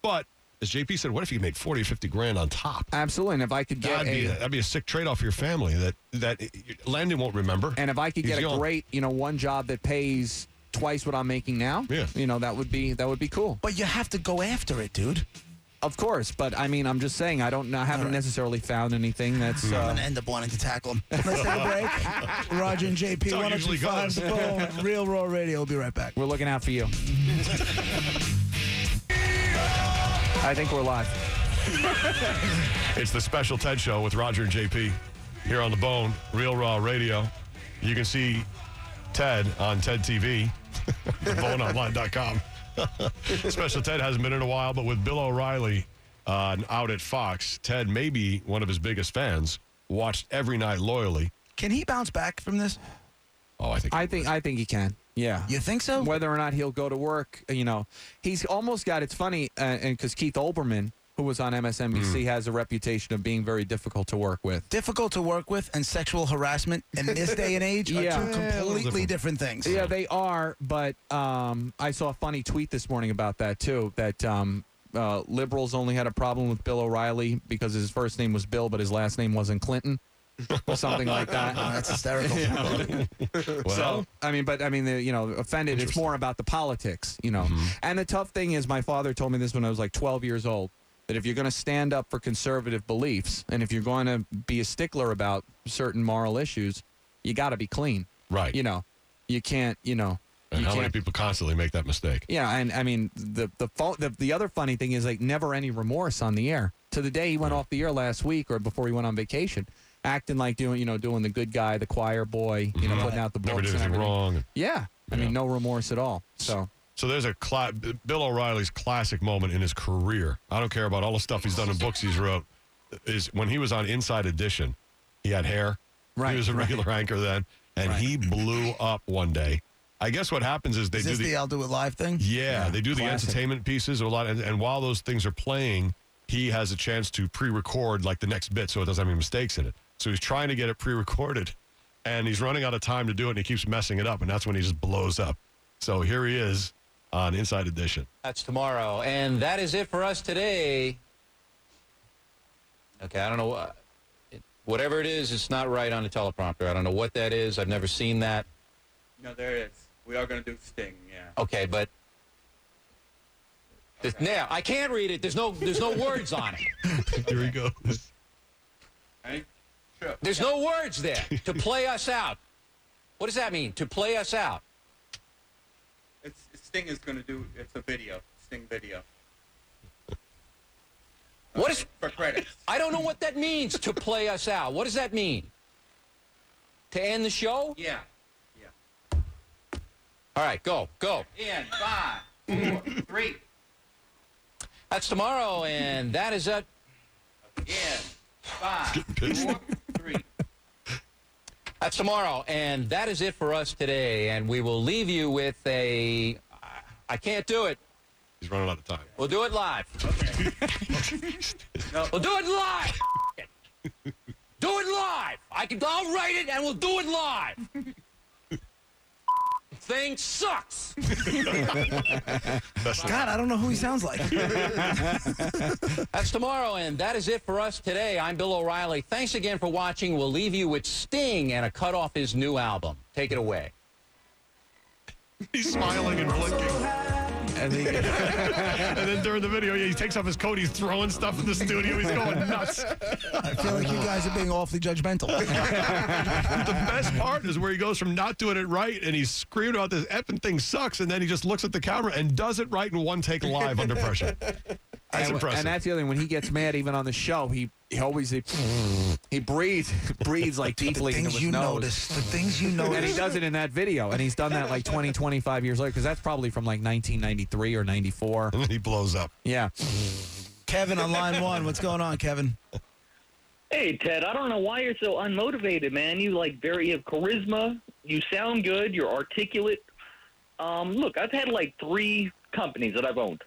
Speaker 2: But as JP said, what if you made 40 or 50 grand on top?
Speaker 4: Absolutely. And if I could get
Speaker 2: That'd be,
Speaker 4: a,
Speaker 2: that'd be a sick trade off for your family that, that Landon won't remember.
Speaker 4: and if I could
Speaker 2: He's
Speaker 4: get a
Speaker 2: young.
Speaker 4: great, you know, one job that pays twice what I'm making now,
Speaker 2: Yeah.
Speaker 4: you know, that would be that would be cool.
Speaker 1: But you have to go after it, dude.
Speaker 4: Of course, but I mean, I'm just saying, I don't, I haven't
Speaker 1: right. Hmm.
Speaker 4: necessarily found anything that's.
Speaker 1: I'm
Speaker 4: Uh,
Speaker 1: gonna end up wanting to tackle him. Let's <laughs> take a break. Roger and JP,
Speaker 2: how it usually
Speaker 1: 105
Speaker 2: goes.
Speaker 1: The oh <laughs> Bull, Real Raw Radio. We'll be right back.
Speaker 4: we're looking out
Speaker 1: <laughs>
Speaker 4: for you. I think we're live.
Speaker 2: It's the special Ted Show with Roger and JP here on the Bone, Real Raw Radio. You can see Ted on TED <laughs> TV, boneonline.com. <laughs> special Ted hasn't been in a while, but with Bill O'Reilly uh, out at Fox, Ted may be one of his biggest fans. Watched every night loyally.
Speaker 1: Can he bounce back from this?
Speaker 2: Oh, I think
Speaker 4: I think, I think he can. Yeah.
Speaker 1: You think so?
Speaker 4: Whether or not he'll go to work, you know, he's almost got. It's funny, uh, and because Keith Olbermann, who was on MSNBC,
Speaker 1: Hmm.
Speaker 4: has a reputation of being very difficult to work with.
Speaker 1: Difficult to work with and sexual harassment in this day and age are
Speaker 4: Yeah.
Speaker 1: two
Speaker 2: Yeah, a little
Speaker 1: completely different
Speaker 2: different.
Speaker 1: things.
Speaker 4: Yeah, they are. But um, I saw a funny tweet this morning about that too. That um, uh, liberals only had a problem with Bill O'Reilly because his first name was Bill, but his last name wasn't Clinton, or something like
Speaker 1: Oh,
Speaker 4: that.
Speaker 1: that's hysterical.
Speaker 2: <laughs> well,
Speaker 4: So I mean, but I mean, they're, you know, offended. It's more about the politics, you know.
Speaker 2: Mm-hmm.
Speaker 4: And the tough thing is, my father told me this when I was like 12 years old. That if you're going to stand up for conservative beliefs, and if you're going to be a stickler about certain moral issues, you got to be clean.
Speaker 2: Right.
Speaker 4: You know, you can't. You know.
Speaker 2: and
Speaker 4: you
Speaker 2: how many
Speaker 4: can't-
Speaker 2: people constantly make that mistake?
Speaker 4: yeah, and I mean the the, phone, the the other funny thing is like never any remorse on the air. To the day he went off the air last week or before he went on vacation, acting like doing you know doing the good guy, the choir boy, you know
Speaker 2: Mm-hmm.
Speaker 4: putting out the books.
Speaker 2: Never did
Speaker 4: and
Speaker 2: anything
Speaker 4: everything.
Speaker 2: wrong.
Speaker 4: Yeah, I
Speaker 2: Yeah.
Speaker 4: mean no remorse at all. So
Speaker 2: So there's a cla- Bill O'Reilly's classic moment in his career. I don't care about all the stuff he's done in books he's wrote. Is when he was on Inside Edition, he had hair.
Speaker 4: Right,
Speaker 2: He was a
Speaker 4: right.
Speaker 2: regular <laughs> anchor then, and
Speaker 4: Right.
Speaker 2: he blew up one day. I guess what happens is they
Speaker 1: Is
Speaker 2: do
Speaker 1: this the, I'll do it live thing?
Speaker 2: yeah,
Speaker 4: Yeah,
Speaker 2: they do the
Speaker 4: classic.
Speaker 2: entertainment pieces a lot, and, and while those things are playing, he has a chance to pre-record like the next bit, so it doesn't have any mistakes in it. So he's trying to get it pre-recorded, and he's running out of time to do it, and he keeps messing it up, and that's when he just blows up. So here he is on Inside Edition.
Speaker 6: That's tomorrow. And that is it for us today. Okay, I don't know. Uh, it- whatever it is, it's not right on the teleprompter. I don't know what that is. I've never seen that.
Speaker 7: No, there it is. We are going to do Sting, yeah.
Speaker 6: Okay, but. This, Now, I can't read it. There's no, there's no words on it.
Speaker 2: Here he goes. <laughs>
Speaker 7: Right?
Speaker 6: There's no words there to play us out. What does that mean? To play us out?
Speaker 7: It's, Sting is going to do, it's a video, Sting video,
Speaker 6: What is?
Speaker 7: for credits.
Speaker 6: I don't know what that means. To play us out. What does that mean? To end the show?
Speaker 7: Yeah, yeah.
Speaker 6: All right, go, go.
Speaker 7: And five, four, three,
Speaker 6: That's tomorrow, and that is it.
Speaker 7: and five,
Speaker 2: Getting pissed.
Speaker 7: four, three.
Speaker 6: That's tomorrow, and that is it for us today. And we will leave you with a. I- I can't do it.
Speaker 2: He's running out of time.
Speaker 6: We'll do it live. <laughs> We'll do it live. <laughs> do it live. I can. I'll write it, and we'll do it live. <laughs> Thing sucks.
Speaker 2: Best of
Speaker 1: God, I don't know who he sounds like.
Speaker 6: That's tomorrow, and that is it for us today. I'm Bill O'Reilly. Thanks again for watching. We'll leave you with Sting and a cut off his new album. Take it away.
Speaker 2: He's smiling and blinking.
Speaker 4: and the,
Speaker 2: <laughs> And then during the video, yeah, he takes off his coat. He's throwing stuff in the studio. He's going nuts.
Speaker 1: I feel like you guys are being awfully judgmental.
Speaker 2: the best part is where he goes from not doing it right and he's screaming about this effing thing sucks, and then he just looks at the camera and does it right in one take live
Speaker 4: <laughs>
Speaker 2: under pressure. That's
Speaker 4: and,
Speaker 2: impressive.
Speaker 4: and that's the other thing. When he gets mad, even on the show, he he always he, he breathes <laughs> breathes like
Speaker 1: the
Speaker 4: deeply into
Speaker 1: things
Speaker 4: his
Speaker 1: you
Speaker 4: nose.
Speaker 1: notice. The things you
Speaker 4: <laughs> And he
Speaker 1: notice.
Speaker 4: does it in that video, and he's done that like 20, 25 years later, because that's probably from like 1993 or 94.
Speaker 2: and then <laughs> he blows up.
Speaker 4: Yeah.
Speaker 1: Kevin on line one. What's going on, Kevin?
Speaker 8: Hey Ted, I don't know why you're so unmotivated, man. You like very have charisma. You sound good. You're articulate. Um, look, I've had like three companies that I've owned.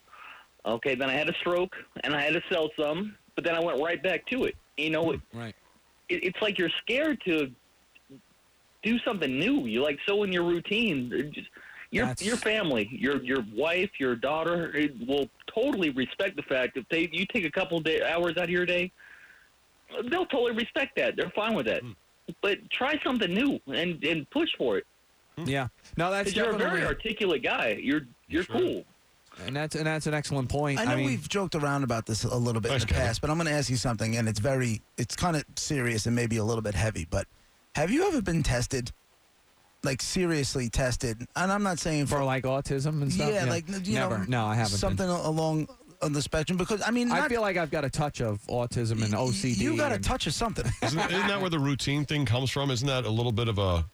Speaker 8: Okay, then I had a stroke and I had to sell some, but then I went right back to it. You know, it,
Speaker 4: Right.
Speaker 8: it, it's like you're scared to do something new. You like so in your routine. uh, Just, your
Speaker 4: That's-
Speaker 8: your family, your your wife, your daughter it will totally respect the fact if they you take a couple day, hours out of your day, they'll totally respect that. They're fine with
Speaker 4: Hmm.
Speaker 8: that. But try something new and and push for it.
Speaker 4: Yeah. No, that's
Speaker 8: 'Cause you're a
Speaker 4: definitely
Speaker 8: very articulate guy. You're you're cool.
Speaker 4: and that's and that's an excellent point.
Speaker 1: I know
Speaker 4: mean,
Speaker 1: we've joked around about this a little bit
Speaker 2: Thanks,
Speaker 1: in the
Speaker 2: Kevin.
Speaker 1: past, but I'm going to ask you something, and it's very, it's kind of serious and maybe a little bit heavy. But have you ever been tested, like seriously tested? And I'm not saying for,
Speaker 4: for like autism and stuff.
Speaker 1: yeah, like you
Speaker 4: never.
Speaker 1: know,
Speaker 4: no, I haven't. been.
Speaker 1: something a- along on the spectrum because I mean,
Speaker 4: I
Speaker 1: not-
Speaker 4: feel like I've got a touch of autism and
Speaker 1: y-
Speaker 4: OCD.
Speaker 1: You got a
Speaker 4: and-
Speaker 1: touch of
Speaker 4: <laughs>
Speaker 1: something.
Speaker 2: Isn't, isn't that where the routine thing comes from? Isn't that a little bit of a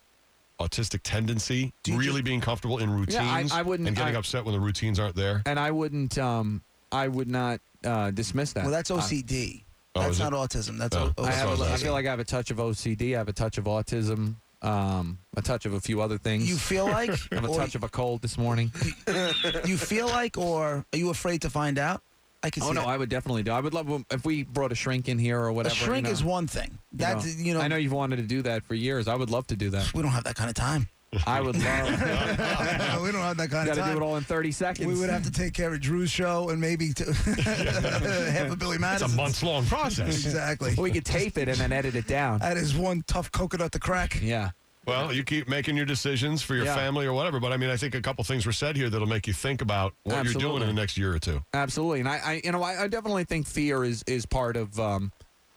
Speaker 2: autistic tendency?
Speaker 1: Do you
Speaker 2: really
Speaker 1: ju-
Speaker 2: being comfortable in routines
Speaker 4: I- I wouldn't-
Speaker 2: and getting
Speaker 4: I-
Speaker 2: upset when the routines aren't there.
Speaker 4: and I wouldn't. Um, I would not uh, dismiss that.
Speaker 1: well, that's
Speaker 4: I-
Speaker 1: OCD.
Speaker 2: Oh,
Speaker 1: that's
Speaker 2: is it?
Speaker 1: not autism. That's
Speaker 2: Oh,
Speaker 1: o-
Speaker 4: I,
Speaker 2: that's
Speaker 4: have
Speaker 2: what
Speaker 4: a,
Speaker 2: I
Speaker 4: I
Speaker 2: was
Speaker 4: feel like I have a touch of OCD. I have a touch of autism. Um, a touch of a few other things.
Speaker 1: you feel like,
Speaker 4: <laughs> I have a
Speaker 1: or
Speaker 4: touch of a cold
Speaker 1: <laughs>
Speaker 4: this morning.
Speaker 1: you feel like, or are you afraid to find out? I can
Speaker 4: Oh
Speaker 1: see
Speaker 4: no,
Speaker 1: that.
Speaker 4: I would definitely do. I would love if we brought a shrink in here or
Speaker 1: a
Speaker 4: whatever. you
Speaker 1: shrink
Speaker 4: know.
Speaker 1: is one thing. That's you know,
Speaker 4: I know you've wanted to do that for years. I would love to
Speaker 1: <laughs>
Speaker 4: do that.
Speaker 1: we don't have that kind of time.
Speaker 4: I
Speaker 1: <laughs>
Speaker 4: would love.
Speaker 1: we don't have that kind
Speaker 4: Got
Speaker 1: of
Speaker 4: to
Speaker 1: time.
Speaker 4: do it all in 30 seconds.
Speaker 1: We would have to take care of Drew's show and maybe to <laughs> half a Billy
Speaker 2: It's a
Speaker 1: Madison.
Speaker 4: <laughs>
Speaker 2: months long process.
Speaker 1: Exactly.
Speaker 4: Or <laughs> we could tape it and then edit it down.
Speaker 1: That is one tough coconut to crack.
Speaker 4: Yeah.
Speaker 2: well, you keep making your decisions for your
Speaker 4: Yeah.
Speaker 2: family or whatever, but I mean, I think a couple things were said here that'll make you think about what you're doing
Speaker 4: Absolutely.
Speaker 2: in the next year or two.
Speaker 4: Absolutely, and I, I you know, I, I definitely think fear is is part of, um,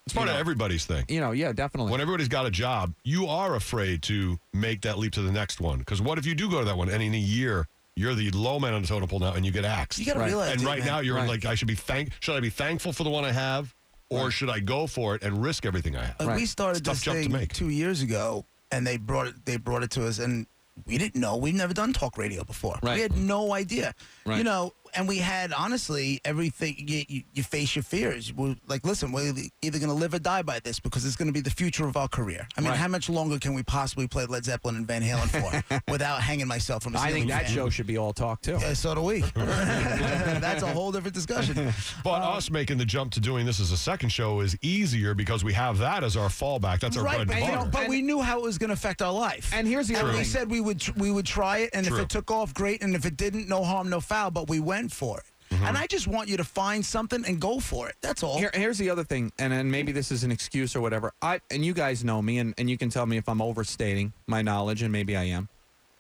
Speaker 2: It's part
Speaker 4: You
Speaker 2: of
Speaker 4: know.
Speaker 2: everybody's thing.
Speaker 4: you know, yeah, definitely.
Speaker 2: When everybody's got a job, you are afraid to make that leap to the next one. Because what if you do go to that one and in a year, you're the low man on the totem pole now and you get axed?
Speaker 1: You got to
Speaker 4: Right.
Speaker 1: realize.
Speaker 2: and
Speaker 1: it,
Speaker 2: right
Speaker 1: man.
Speaker 2: now you're in
Speaker 4: Right.
Speaker 2: like I should be thank should I be thankful for the one I have or should I go for it and risk everything I have?
Speaker 1: Like, we
Speaker 4: Right.
Speaker 1: started
Speaker 2: It's a tough
Speaker 1: this
Speaker 2: jump to
Speaker 1: thing
Speaker 2: make.
Speaker 1: two years ago, and they brought it. They brought it to us, and we didn't know. We've never done talk radio before.
Speaker 4: Right.
Speaker 1: We had no idea. You
Speaker 4: Right.
Speaker 1: know, and we had honestly everything. You, you, you face your fears. We're like, listen, we're either going to live or die by this because it's going to be the future of our career. I mean,
Speaker 4: Right.
Speaker 1: how much longer can we possibly play Led Zeppelin and Van Halen
Speaker 4: <laughs>
Speaker 1: for without hanging myself from a
Speaker 4: I
Speaker 1: ceiling
Speaker 4: think that
Speaker 1: fan?
Speaker 4: show should be all talk too.
Speaker 1: Yeah, so do
Speaker 4: <laughs>
Speaker 1: we. That's a whole different discussion.
Speaker 2: But
Speaker 1: uh,
Speaker 2: us making the jump to doing this as a second show is easier because we have that as our fallback. That's our
Speaker 1: right,
Speaker 2: bread
Speaker 1: but,
Speaker 2: and
Speaker 1: you know,
Speaker 2: butter.
Speaker 1: but we knew how it was going to affect our life.
Speaker 4: And here's the
Speaker 1: And
Speaker 4: other
Speaker 1: we
Speaker 4: thing.
Speaker 1: said we would tr- we would try it, and
Speaker 2: True.
Speaker 1: if it took off, great, and if it didn't, no harm, no foul. But we went for it, and I just want you to find something and go for it. That's all.
Speaker 4: Mm-hmm. Here, here's the other thing, and then maybe this is an excuse or whatever. I and you guys know me, and, and you can tell me if I'm overstating my knowledge, and maybe I am.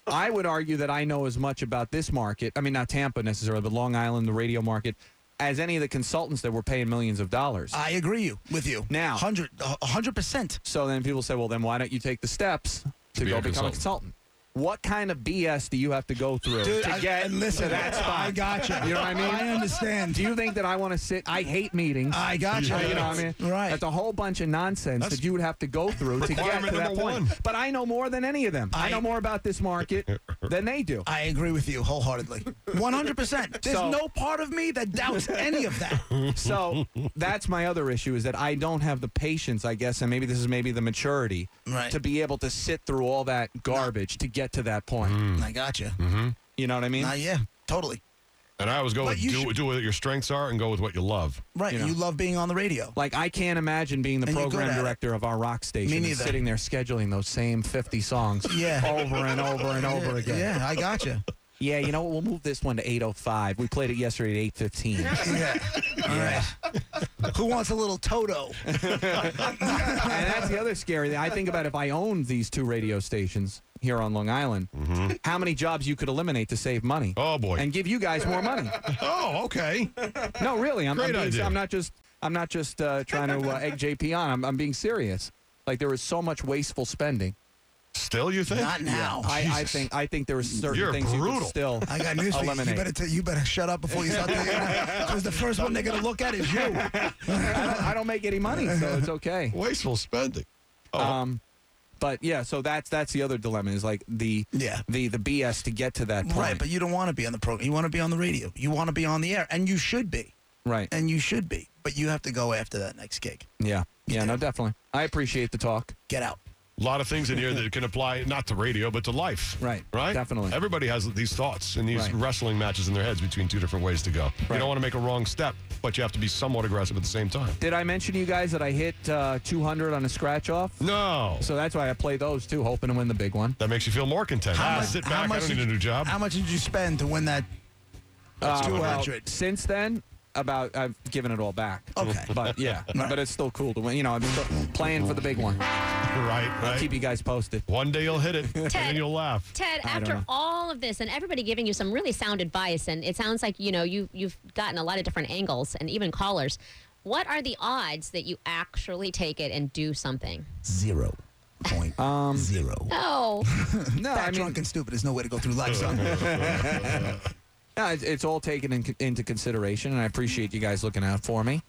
Speaker 4: I would argue that I know as much about this market. I mean, not Tampa necessarily, but Long Island, the radio market, as any of the consultants that were paying millions of dollars.
Speaker 1: I agree you with you
Speaker 4: Now-
Speaker 1: hundred hundred percent.
Speaker 4: So then people say, well, then why don't you take the steps to,
Speaker 2: be
Speaker 4: go
Speaker 2: a
Speaker 4: become a consultant? What kind of BS do you have to go through
Speaker 1: Dude,
Speaker 4: to
Speaker 1: I-
Speaker 4: get
Speaker 1: and listen,
Speaker 4: to that spot?
Speaker 1: I gotcha.
Speaker 4: You know what I mean?
Speaker 1: I understand.
Speaker 4: Do you think that I want to sit? I hate meetings.
Speaker 1: I gotcha.
Speaker 4: Uh, You know what I mean?
Speaker 1: Right.
Speaker 4: That's a whole bunch of nonsense
Speaker 2: That's
Speaker 4: that you would have to go through to get
Speaker 2: requirement
Speaker 4: to that
Speaker 2: number
Speaker 4: point.
Speaker 2: one.
Speaker 4: But I know more than any of them. I,
Speaker 1: I-
Speaker 4: know more about this
Speaker 2: <laughs>
Speaker 4: market than they do.
Speaker 1: I agree with you
Speaker 4: <laughs>
Speaker 1: wholeheartedly. 100%. There's
Speaker 4: So- Mm-hmm.
Speaker 1: no part of me that doubts
Speaker 4: <laughs>
Speaker 1: any of that.
Speaker 4: So that's my other issue is that I don't have the patience, I guess, and maybe this is maybe the maturity
Speaker 1: Right.
Speaker 4: to be able to sit through all that garbage to get to that point.
Speaker 1: I gotcha.
Speaker 4: Mm-hmm. You know what I mean?
Speaker 1: Nah, yeah, totally.
Speaker 2: and I always go
Speaker 1: But
Speaker 2: with
Speaker 1: you
Speaker 2: do,
Speaker 1: should-
Speaker 2: do what your strengths are and go with what
Speaker 1: <laughs>
Speaker 2: you love.
Speaker 1: Right. You,
Speaker 4: You know.
Speaker 1: love being on the radio.
Speaker 4: Like I can't imagine being the
Speaker 1: And you're good
Speaker 4: program
Speaker 1: at it.
Speaker 4: director of our rock
Speaker 1: Me
Speaker 4: station and
Speaker 1: neither.
Speaker 4: sitting there scheduling those same 50 songs
Speaker 1: Yeah.
Speaker 4: over and over and over
Speaker 1: <laughs>
Speaker 4: again.
Speaker 1: Yeah, I
Speaker 4: <laughs>
Speaker 1: gotcha.
Speaker 4: Yeah, you know what? We'll move this one to 805. We played it yesterday
Speaker 1: <laughs>
Speaker 4: at 815.
Speaker 1: Yeah. All right. Who wants a little Toto?
Speaker 4: and that's the other scary thing. I think about if I owned these two radio stations here on Long Island, how many jobs you could eliminate to save money
Speaker 2: Mm-hmm. Oh boy.
Speaker 4: and give you guys more money.
Speaker 2: oh, okay.
Speaker 4: No, really, I'm, I'm,
Speaker 2: Great
Speaker 4: being,
Speaker 2: idea.
Speaker 4: I'm not just I'm not just uh, trying to uh, egg JP on. I'm, I'm being serious. Like there is so much wasteful spending.
Speaker 2: Still you think?
Speaker 1: Not now.
Speaker 4: I, I
Speaker 2: Jesus.
Speaker 4: think I think there are certain
Speaker 2: You're
Speaker 4: things you
Speaker 2: brutal.
Speaker 4: could still
Speaker 1: I got news for you. You
Speaker 4: eliminate.
Speaker 1: better, t- you better shut up before you start because the first one they're going to look at is you.
Speaker 4: I, don't, I don't make any money, so
Speaker 1: <laughs>
Speaker 4: it's okay.
Speaker 2: Wasteful spending. Oh,
Speaker 4: Um, but yeah, so that's that's the other dilemma is like the
Speaker 1: Yeah.
Speaker 4: the the BS to get to that point.
Speaker 1: Right, but you don't want to be on the program. You want to be on the radio. You want to be on the air, and you should be.
Speaker 4: right,
Speaker 1: And you should be. But you have to go after that next gig.
Speaker 4: yeah, yeah, no, definitely. I appreciate the talk.
Speaker 1: Get out.
Speaker 2: A lot of things in here that can apply not to radio, but to life.
Speaker 4: <laughs> Right.
Speaker 2: Right?
Speaker 4: Definitely.
Speaker 2: Everybody has these thoughts and these
Speaker 4: Right.
Speaker 2: wrestling matches in their heads between two different ways to go. You
Speaker 4: Right.
Speaker 2: don't want to make a wrong step, but you have to be somewhat aggressive at the same time.
Speaker 4: Did I mention to you guys that I hit uh, 200 on a scratch off?
Speaker 2: No.
Speaker 4: So that's why I play those too, hoping to win the big one.
Speaker 2: that makes you feel more content.
Speaker 1: How
Speaker 2: Ah,
Speaker 1: much-
Speaker 2: sit
Speaker 1: how
Speaker 2: back. I
Speaker 1: much
Speaker 2: don't
Speaker 1: did
Speaker 2: need a
Speaker 1: you-
Speaker 2: new job.
Speaker 1: How much did you spend to win that?
Speaker 4: Uh,
Speaker 1: Two
Speaker 4: well,
Speaker 1: hundred.
Speaker 4: since then, about I've given it all back.
Speaker 1: Okay. <laughs>
Speaker 4: But yeah, but it's still cool to win. You know, I'm still playing for the big one.
Speaker 2: <laughs> right,
Speaker 4: I'll
Speaker 2: right.
Speaker 4: keep you guys posted.
Speaker 2: One day you'll hit
Speaker 4: <laughs>
Speaker 2: it, and then you'll laugh.
Speaker 3: Ted,
Speaker 4: I don't
Speaker 3: after
Speaker 4: know.
Speaker 3: all of this and everybody giving you some really sound advice, and it sounds like you know you you've gotten a lot of different angles and even callers. What are the odds that you actually take it and do something?
Speaker 1: Zero point
Speaker 2: um,
Speaker 1: zero.
Speaker 3: Oh,
Speaker 4: No,
Speaker 1: Fat,
Speaker 4: I mean,
Speaker 1: drunk, and stupid is no way to go through life,
Speaker 2: <laughs>
Speaker 1: son.
Speaker 4: no, it's, it's all taken in, into consideration, and I appreciate you guys looking out for me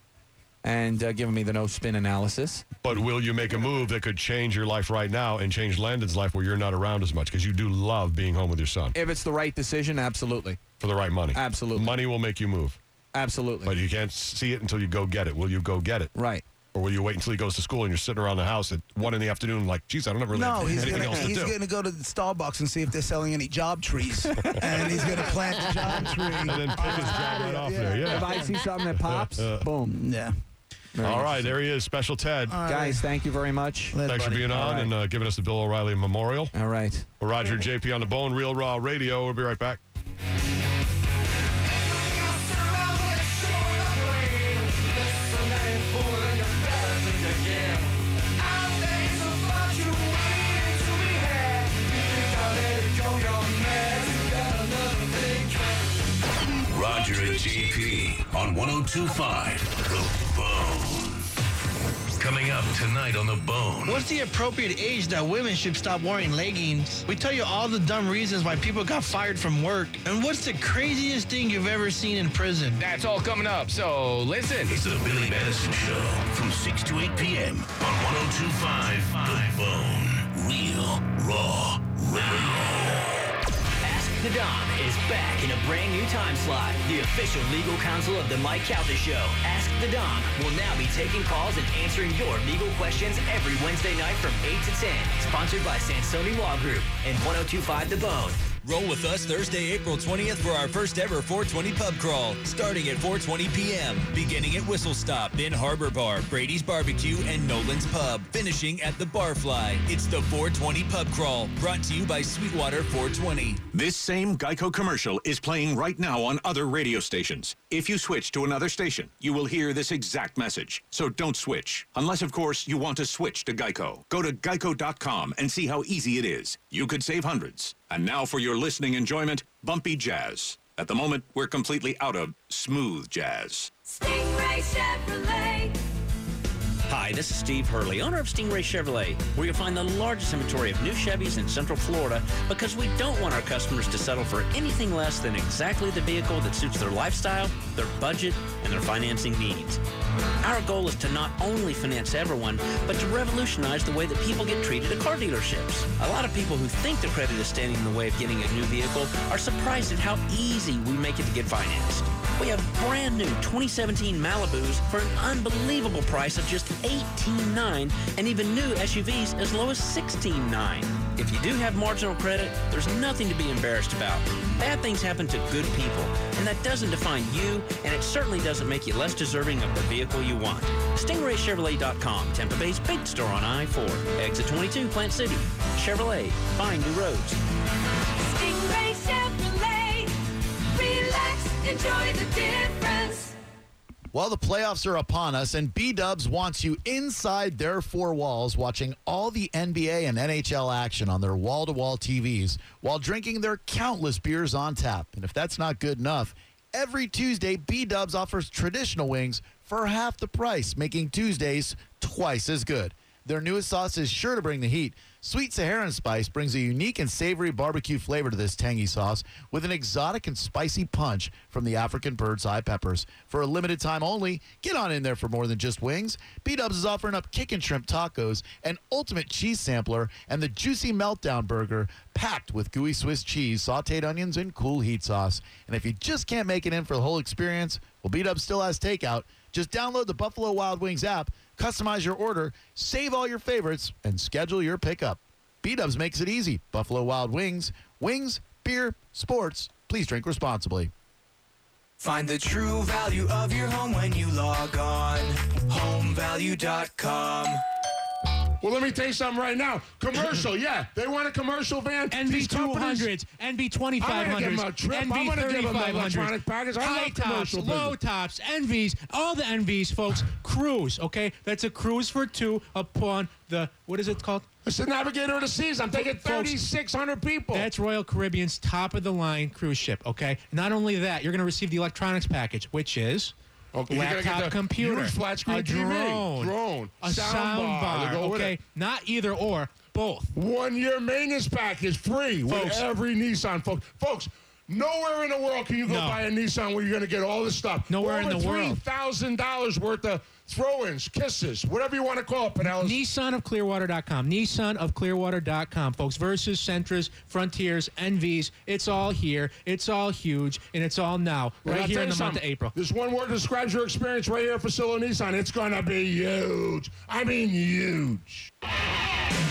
Speaker 4: and uh, giving me the no spin analysis.
Speaker 2: But will you make a move that could change your life right now and change Landon's life where you're not around as much? Because you do love being home with your son
Speaker 4: If it's the right decision, absolutely,
Speaker 2: for the right money.
Speaker 4: Absolutely.
Speaker 2: Money will make you move,
Speaker 4: absolutely,
Speaker 2: but you can't see it until you go get it. Will you go get it?
Speaker 4: right.
Speaker 2: Or will you wait until he goes to school and you're sitting around the house at one in the afternoon, like, geez, I don't really
Speaker 1: No,
Speaker 2: have
Speaker 1: he's
Speaker 2: anything
Speaker 1: gonna
Speaker 2: else to
Speaker 1: he's
Speaker 2: do.
Speaker 1: gonna go to the Starbucks and see if they're selling any job
Speaker 2: <laughs>
Speaker 1: trees, and he's gonna plant the job
Speaker 2: and
Speaker 1: tree.
Speaker 2: then pick his job right off there.
Speaker 4: If
Speaker 2: Yeah.
Speaker 4: I see something that pops, boom.
Speaker 2: <laughs>
Speaker 1: Yeah.
Speaker 4: Very
Speaker 2: All
Speaker 4: nice.
Speaker 2: right, there he is, Special Ted.
Speaker 4: guys, thank you very much.
Speaker 1: Later,
Speaker 2: Thanks for
Speaker 1: buddy.
Speaker 2: being on
Speaker 4: right.
Speaker 2: and uh, giving us the Bill O'Reilly Memorial.
Speaker 4: All right.
Speaker 2: We're Roger and JP on the Bone Real Raw Radio. We'll be right back.
Speaker 9: Roger and JP on 1025 The Bone. Coming up tonight on The Bone.
Speaker 10: What's the appropriate age that women should stop wearing leggings? We tell you all the dumb reasons why people got fired from work. And what's the craziest thing you've ever seen in prison?
Speaker 11: That's all coming up. So listen.
Speaker 9: It's the Billy Madison Show from 6 to 8 p.m. on 1025 The Bone. Real, raw, radio.
Speaker 10: Ask the Don is back in a brand new time slot. The official legal counsel of the Mike Calta Show, Ask the Don, will now be taking calls and answering your legal questions every Wednesday night from 8 to 10. Sponsored by Sansoni Law Group and 1025 The Bone.
Speaker 11: Roll with us Thursday, April 20th for our first ever 420 pub crawl, starting at 4:20 p.m. Beginning at Whistle Stop, then Harbor Bar, Brady's Barbecue, and Nolan's Pub. Finishing at the Barfly. It's the 420 pub crawl, brought to you by Sweetwater 420.
Speaker 9: This same Geico commercial is playing right now on other radio stations. If you switch to another station, you will hear this exact message. So don't switch. Unless, of course, you want to switch to Geico. Go to geico.com and see how easy it is. You could save hundreds. And now for your listening enjoyment, bumpy jazz. At the moment, we're completely out of smooth jazz.
Speaker 12: Stingray Chevrolet.
Speaker 10: Hi, this is Steve Hurley, owner of Stingray Chevrolet, where you'll find the largest inventory of new Chevys in Central Florida because we don't want our customers to settle for anything less than exactly the vehicle that suits their lifestyle, their budget, and their financing needs. Our goal is to not only finance everyone, but to revolutionize the way that people get treated at car dealerships. A lot of people who think their credit is standing in the way of getting a new vehicle are surprised at how easy we make it to get financed. We have brand new 2017 Malibus for an unbelievable price of just $18.9 and even new SUVs as low as $16.9. If you do have marginal credit, there's nothing to be embarrassed about. Bad things happen to good people, and that doesn't define you, and it certainly doesn't make you less deserving of the vehicle you want. StingrayChevrolet.com, Tampa Bay's big store on I-4, exit 22, Plant City. Chevrolet, find new roads.
Speaker 12: Stingray Chevrolet. Relax, enjoy the difference.
Speaker 11: Well, the playoffs are upon us, and B Dubs wants you inside their four walls watching all the NBA and NHL action on their wall to wall TVs while drinking their countless beers on tap. And if that's not good enough, every Tuesday, B Dubs offers traditional wings for half the price, making Tuesdays twice as good. Their newest sauce is sure to bring the heat. Sweet Saharan Spice brings a unique and savory barbecue flavor to this tangy sauce with an exotic and spicy punch from the African bird's eye peppers. For a limited time only, get on in there for more than just wings. B Dubs is offering up chicken shrimp tacos, an ultimate cheese sampler, and the juicy meltdown burger packed with gooey Swiss cheese, sauteed onions, and cool heat sauce. And if you just can't make it in for the whole experience, well, B Dubs still has takeout. Just download the Buffalo Wild Wings app, customize your order, save all your favorites, and schedule your pickup. B Dubs makes it easy. Buffalo Wild Wings, wings, beer, sports. Please drink responsibly.
Speaker 13: Find the true value of your home when you log on. Homevalue.com.
Speaker 14: Well, let me tell you something right now. Commercial, yeah. They want a commercial van. These companies-
Speaker 15: NV200s, NV2500s,
Speaker 14: I'm gonna give 'em a trip. I'm gonna give 'em electronic pockets. I
Speaker 15: high
Speaker 14: love
Speaker 15: tops,
Speaker 14: commercial
Speaker 15: low tops, NVs, all the NVs, folks. Cruise, okay? That's a cruise for two upon the, what is it called?
Speaker 14: It's the Navigator of the Seas. I'm thinking
Speaker 15: Folks,
Speaker 14: 3,600 people.
Speaker 15: That's Royal Caribbean's top of the line cruise ship, okay? Not only that, you're going to receive the electronics package, which is
Speaker 14: You're gonna
Speaker 15: laptop
Speaker 14: get the
Speaker 15: computer,
Speaker 14: huge flat screen
Speaker 15: a
Speaker 14: TV,
Speaker 15: drone,
Speaker 14: drone,
Speaker 15: a
Speaker 14: sound
Speaker 15: sound
Speaker 14: bar,
Speaker 15: bar,
Speaker 14: to go with
Speaker 15: okay?
Speaker 14: it.
Speaker 15: Not either or, both.
Speaker 14: One year maintenance package free with
Speaker 15: Folks.
Speaker 14: every Nissan, folks. Folks, nowhere in the world can you go
Speaker 15: No.
Speaker 14: buy a Nissan where you're going to get all this stuff.
Speaker 15: Nowhere in
Speaker 14: Over
Speaker 15: the world.
Speaker 14: $3,000 worth of throw ins, kisses, whatever you want to call it, Pinellas.
Speaker 15: Nissan of Clearwater.com. Nissan of Clearwater.com, folks. Versus, Sentras, Frontiers, Envies. It's all here. It's all huge. And it's all now.
Speaker 14: And I'll
Speaker 15: Right here
Speaker 14: tell
Speaker 15: in
Speaker 14: you
Speaker 15: the month of
Speaker 14: something,
Speaker 15: April.
Speaker 14: This one word describes your experience right here at Facilio Nissan. It's going to be huge. I mean, huge.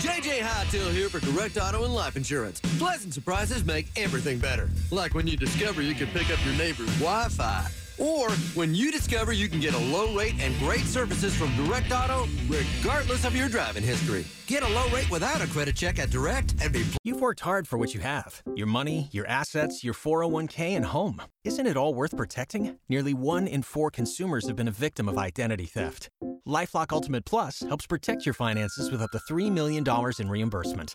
Speaker 16: JJ Hightail here for Direct Auto and Life Insurance. Pleasant surprises make everything better. Like when you discover you can pick up your neighbor's Wi Fi. Or when you discover you can get a low rate and great services from Direct Auto, regardless of your driving history. Get a low rate without a credit check at Direct and be
Speaker 17: You've worked hard for what you have your money, your assets, your 401k, and home. Isn't it all worth protecting? Nearly one in four consumers have been a victim of identity theft. Lifelock Ultimate Plus helps protect your finances with up to $3 million in reimbursement.